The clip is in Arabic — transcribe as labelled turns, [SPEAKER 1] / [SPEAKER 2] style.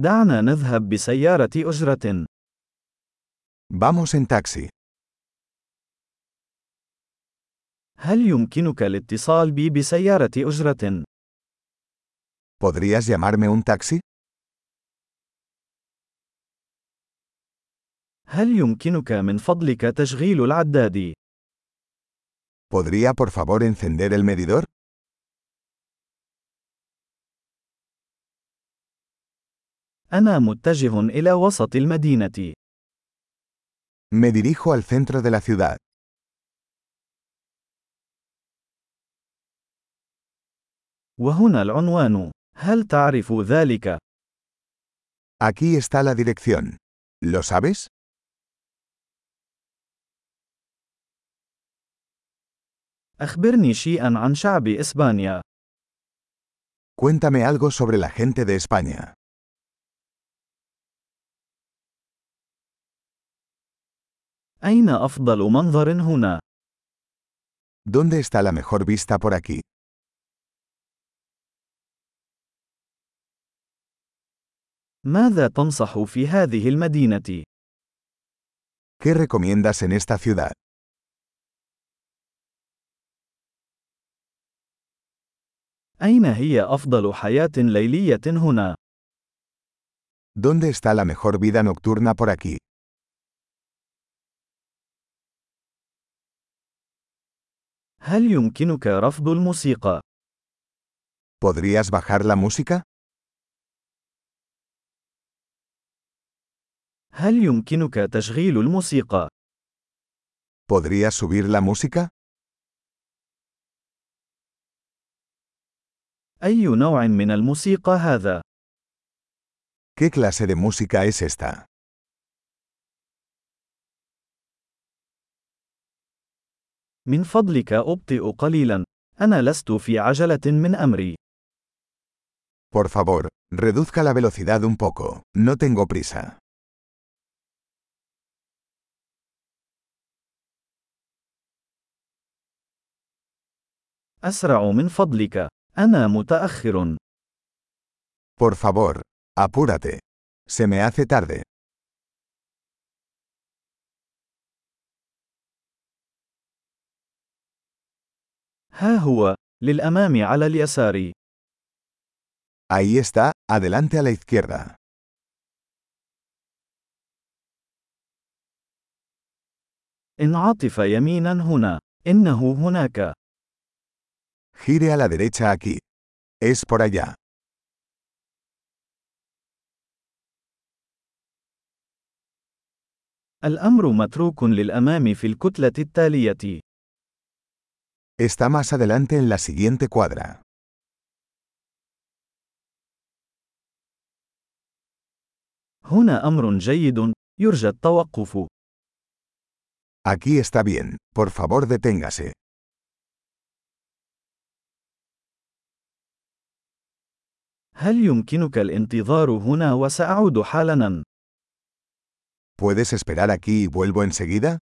[SPEAKER 1] دعنا نذهب بسيارة أجرة.
[SPEAKER 2] Vamos en taxi.
[SPEAKER 1] هل يمكنك الاتصال بي بسيارة أجرة؟
[SPEAKER 2] ¿Podrías llamarme un taxi?
[SPEAKER 1] هل يمكنك من فضلك تشغيل العداد؟
[SPEAKER 2] ¿Podría por favor encender el medidor?
[SPEAKER 1] أنا متجه إلى وسط المدينة.
[SPEAKER 2] Me dirijo al centro de la ciudad.
[SPEAKER 1] وهنا العنوان. هل تعرف ذلك؟
[SPEAKER 2] Aquí está la dirección. ¿Lo sabes?
[SPEAKER 1] أخبرني شيئاً عن شعب إسبانيا.
[SPEAKER 2] Cuéntame algo sobre la gente de España.
[SPEAKER 1] أين أفضل منظر هنا؟
[SPEAKER 2] ¿Dónde está la mejor vista por aquí?
[SPEAKER 1] ماذا تنصح في هذه المدينة؟
[SPEAKER 2] ¿Qué recomiendas en esta ciudad?
[SPEAKER 1] أين هي أفضل حياة ليلية هنا؟
[SPEAKER 2] ¿Dónde está la mejor vida nocturna por aquí?
[SPEAKER 1] هل يمكنك رفض الموسيقى؟
[SPEAKER 2] ¿Podrías bajar la música?
[SPEAKER 1] هل يمكنك تشغيل الموسيقى؟
[SPEAKER 2] ¿Podrías subir la música?
[SPEAKER 1] أي نوع من الموسيقى هذا؟
[SPEAKER 2] ¿Qué clase de música es esta?
[SPEAKER 1] من فضلك أبطئ قليلاً. أنا لست في عجلة من أمري.
[SPEAKER 2] Por favor, reduzca la velocidad un poco. No tengo prisa.
[SPEAKER 1] أسرع من فضلك. أنا متأخر.
[SPEAKER 2] Por favor, apúrate. Se me hace tarde.
[SPEAKER 1] ها هو. للأمام على اليسار.
[SPEAKER 2] Ahí está, adelante a la izquierda.
[SPEAKER 1] انعطف يميناً هنا. إنه هناك.
[SPEAKER 2] Gire a la derecha aquí. Es por allá.
[SPEAKER 1] الأمر متروك للأمام في الكتلة التالية.
[SPEAKER 2] Está más adelante en la siguiente cuadra.
[SPEAKER 1] هنا أمر جيد. يرجى التوقف.
[SPEAKER 2] Aquí está bien, por favor deténgase.
[SPEAKER 1] هل يمكنك الانتظار هنا وسأعود حالاً؟
[SPEAKER 2] ¿Puedes esperar aquí y vuelvo enseguida?